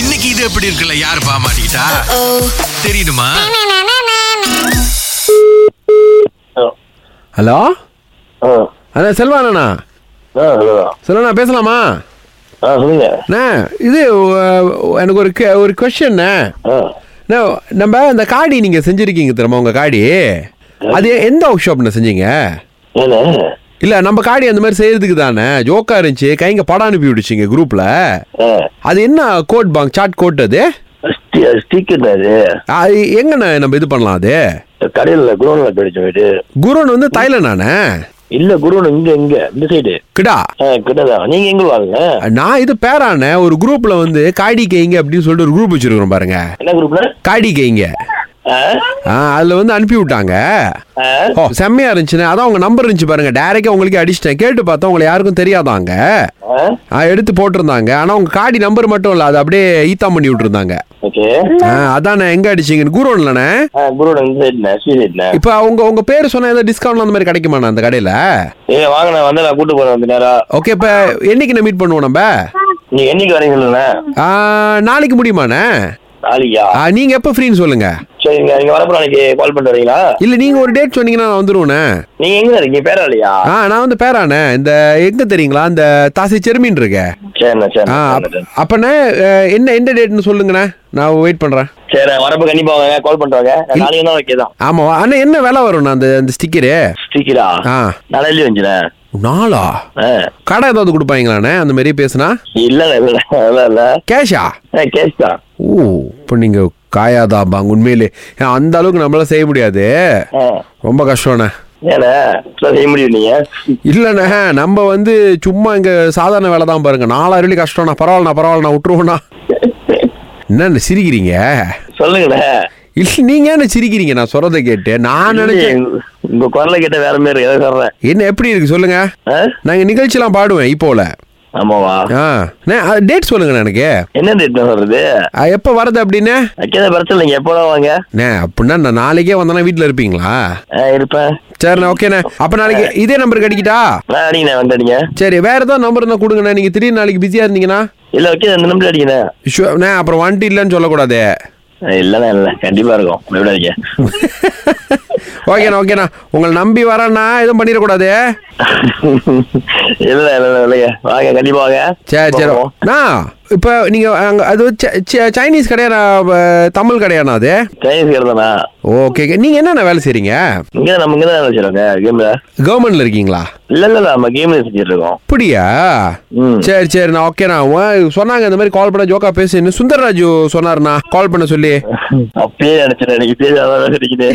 இன்னைக்கு இது எப்படி இருக்குல்ல யாரு பாமாட்டா தெரியுமா ஹலோ ஆ அண்ணா செல்வா அண்ணா ஆ ஹலோ செல்வா பேசலாமா ஆ சொல்லுங்க அண்ணா இது ஒ- ஒ- எனக்கு ஒரு que- ஒரு கொஷன் ஆ நம்ம அந்த காடி நீங்க செஞ்சிருக்கீங்க தெரியுமா உங்க காடி அது எந்த ஒர்க் ஷாப்னு செஞ்சீங்க ஏண்ணே இல்ல நம்ம காடி அந்த மாதிரி செய்யறதுக்கு தானே ஜோக்கா இருந்துச்சு கைங்க படம் அனுப்பி விடுச்சிங்க குரூப்ல ஆ அது என்ன கோட் பாங் சாட் கோட் அது ஸ்டிக்கர் அது அது எங்கண்ணா நம்ம இது பண்ணலாம் அது கடையில் குரோனில் கிடைச்ச வீடு குருன்னு வந்து தைலண்ணாண்ணே இல்லை குரோன் இங்கே இங்கே இந்த சைடு கிடா ஆ கிட்டதான் நீங்கள் எங்கே வாங்க நான் இது பேரான ஒரு குரூப்ல வந்து காடி கைங்க அப்படின்னு சொல்லிட்டு ஒரு குரூப் வச்சிருக்கிறோம் பாருங்க என்ன குரூப்னா காடி கைங்க ஆ ஆ, அதுல வந்து அனுப்பி விட்டாங்க ஆ ஓ செம்மையா இருந்துச்சுண்ணே அதான் உங்க நம்பர் இருந்துச்சு பாருங்க டைரக்டா உங்களுக்கு அடிச்சிட்டேன் கேட்டு பார்த்தா உங்களை யாருக்கும் தெரியாதாங்க ஆ ஆ, எடுத்து போட்டிருந்தாங்க ஆனா உங்க காடி நம்பர் மட்டும் இல்ல அது அப்படியே ஈத்தாம் பண்ணி விட்டுருந்தாங்க ஓகே ஆ, அதானே எங்க அடிச்சீங்கன்னு கூறோம்லண்ணே ஆ குரோன் இந்த சைடுண்ணே சி சைடுண்ணே இப்ப உங்க உங்க பேர் சொன்னா ஏதாவது டிஸ்கவுண்ட் அந்த மாதிரி கிடைக்குமாண்ணா அந்த கடையில ஏ வாங்க நான் வந்து நான் கூட்டு போகிறேன் வந்து நேரா ஓகே இப்ப என்னைக்கு மீட் பண்ணுவோம் நம்ம நீங்கள் என்னைக்கு வரீங்க சொல்லுண்ணே ஆ, நாளைக்கு முடியுமாண்ணே நாளைக்கா ஆ, நீங்க எப்ப ஃப்ரீன்னு சொல்லுங்க சரிங்க நீங்கள் வரப்போ நாளைக்கு கால் பண்ணிட்டு வரீங்களா இல்ல நீங்க ஒரு டேட் சொன்னீங்கன்னா நான் வந்துருவேண்ணே நீங்கள் எங்கே இருக்கீங்க பேராளியா ஆ நான் வந்து பேராண்ணே இந்த எங்க தெரியுங்களா இந்த தாசி செருமின் இருக்கே சரிண்ணே ஆ சரிண்ணே அப்பண்ணே அஹ், என்ன எந்த டேட்னு சொல்லுங்கண்ணே நான் வெயிட் பண்றேன் சரி வரப்போ கண்டிப்பாக வாங்க கால் பண்ணிட்டு வாங்க நாளைக்கு தான் ஓகே தான் ஆமா அண்ணா என்ன விலை வரும்ண்ணா அந்த அந்த ஸ்டிக்கரு ஸ்டிக்கரா ஆ நாளையிலே வந்துண்ணே நாளா ஆ கடை ஏதாவது கொடுப்பாங்களாண்ணே அந்த மாதிரி பேசுனா இல்ல இல்ல இல்ல இல்ல கேஷா கேஸ் தான் ஓ இப்போ நீங்க காயாதாபாங்க உண்மையிலே ஏன், அந்த அளவுக்கு நம்மளால செய்ய முடியாது ரொம்ப கஷ்டம்ண்ணே ஏன்னா செய்ய முடியும் நீங்க இல்லைண்ணே நம்ம வந்து சும்மா இங்க சாதாரண வேலை தான் பாருங்க நாலாயிரம் வெள்ளி கஷ்டம்ண்ணா பரவாயில்லண்ணா பரவாயில்லண்ணா விட்டுருவோண்ணா என்னண்ணே சிரிக்கிறீங்க சொல்லுங்கண்ணே இல்லை நீங்க என்ன சிரிக்கிறீங்க நான் சொல்றதை கேட்டு நான் நினைச்சேன் உங்க- உங்க குரலை கேட்ட வேற மாதிரி இருக்கு அதான் சொல்றேன் என்ன எப்படி இருக்கு சொல்லுங்க ஆ? நாங்க நிகழ்ச்சிலாம் பாடுவேன் இப்போல ஆமாவா ஆ டேட் சொல்லுங்க எனக்கு என்ன டேட் சொல்றது ஆ, எப்போ வரது அப்படின்னு அக்கேதான் பிரச்சனை இல்லைங்க எப்போ வாங்க அண்ணே அப்படின்னா நான் நாளைக்கே வந்தேன்னா வீட்டில் இருப்பீங்களா ஆ, இருப்பேன் சரிண்ணே ஓகேண்ணே அப்போ நாளைக்கு இதே நம்பருக்கு அடிக்கிட்டா நான் அடிங்கண்ணே வந்து அடிங்க சரி வேற ஏதாவது நம்பர் இருந்தால் கொடுங்கண்ணே நீங்கள் திடீர்னு நாளைக்கு பிஸியாக இருந்தீங்கன்னா இல்ல ஓகே அந்த நம்பர் அடிங்கண்ணே ஷூ அண்ணே அப்புறம் வண்டி இல்லைன்னு சொல்லக்கூடாது ஆ, இல்லண்ணே இல்ல கண்டிப்பா இருக்கும் எப்படாதீங்க ஓகேண்ணா ஓகேண்ணா உங்களை நம்பி வரேண்ணா எதுவும் பண்ணிடக்கூடாது இல்ல இல்ல இல்ல, இல்லைங்க வாங்க கண்டிப்பா வாங்க சரி சரி போவோம். அண்ணா இப்போ நீங்கள் அங்கே அது சை- சை- சைனீஸ் கடையா தமிழ் கடையாண்ணா அது சைனீஸ் கருதானா ஓகே நீங்கள் என்னென்ன வேலை செய்கிறீங்க இங்க நம்ம இங்க தான் வச்சிருக்கோங்க கேம்ல கவர்மெண்ட்டில் இருக்கீங்களா இல்ல இல்ல நம்ம கேம்ல செஞ்சுட்டு இருக்கோம் அப்படியா ம். சரி சரிண்ணா ஓகேண்ணா உன் சொன்னாங்க இந்த மாதிரி கால் பண்ண ஜோக்கா பேசுன்னு சுந்தரராஜு சொன்னாருண்ணா கால் பண்ண சொல்லி அப்படியே நினைச்சிட்டேன் எனக்கு தெரியாதான் கிடைக்குது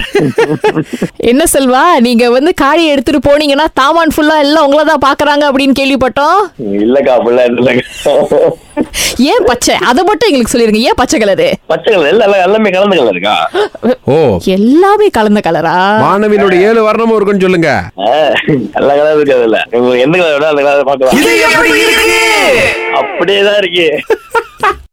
என்ன செல்வா நீங்க வந்து காடி எடுத்துட்டு போனீங்கன்னா தாமான் ஃபுல்லா எல்லாம் உங்களை தான் பாக்குறாங்க அப்படின்னு கேள்விப்பட்டோம் இல்லக்கா அப்படிலாம் இல்லைக்கா ஏன் பச்சை அதை மட்டும் எங்களுக்கு சொல்லிருங்க ஏன் பச்சை கலரு பச்சை கலர் இல்ல இல்ல, எல்லாமே கலந்த கலர் இருக்கா ஓ எல்லாமே கலந்த கலரா மாணவியோட ஏழு வர்ணமும் இருக்குன்னு சொல்லுங்க ஆ, எல்லா கலரும் இருக்கு அதுல உங்களுக்கு எந்த கலர் வேணா அந்த கலர் பாக்கலாம் அப்படியே தான் இருக்கு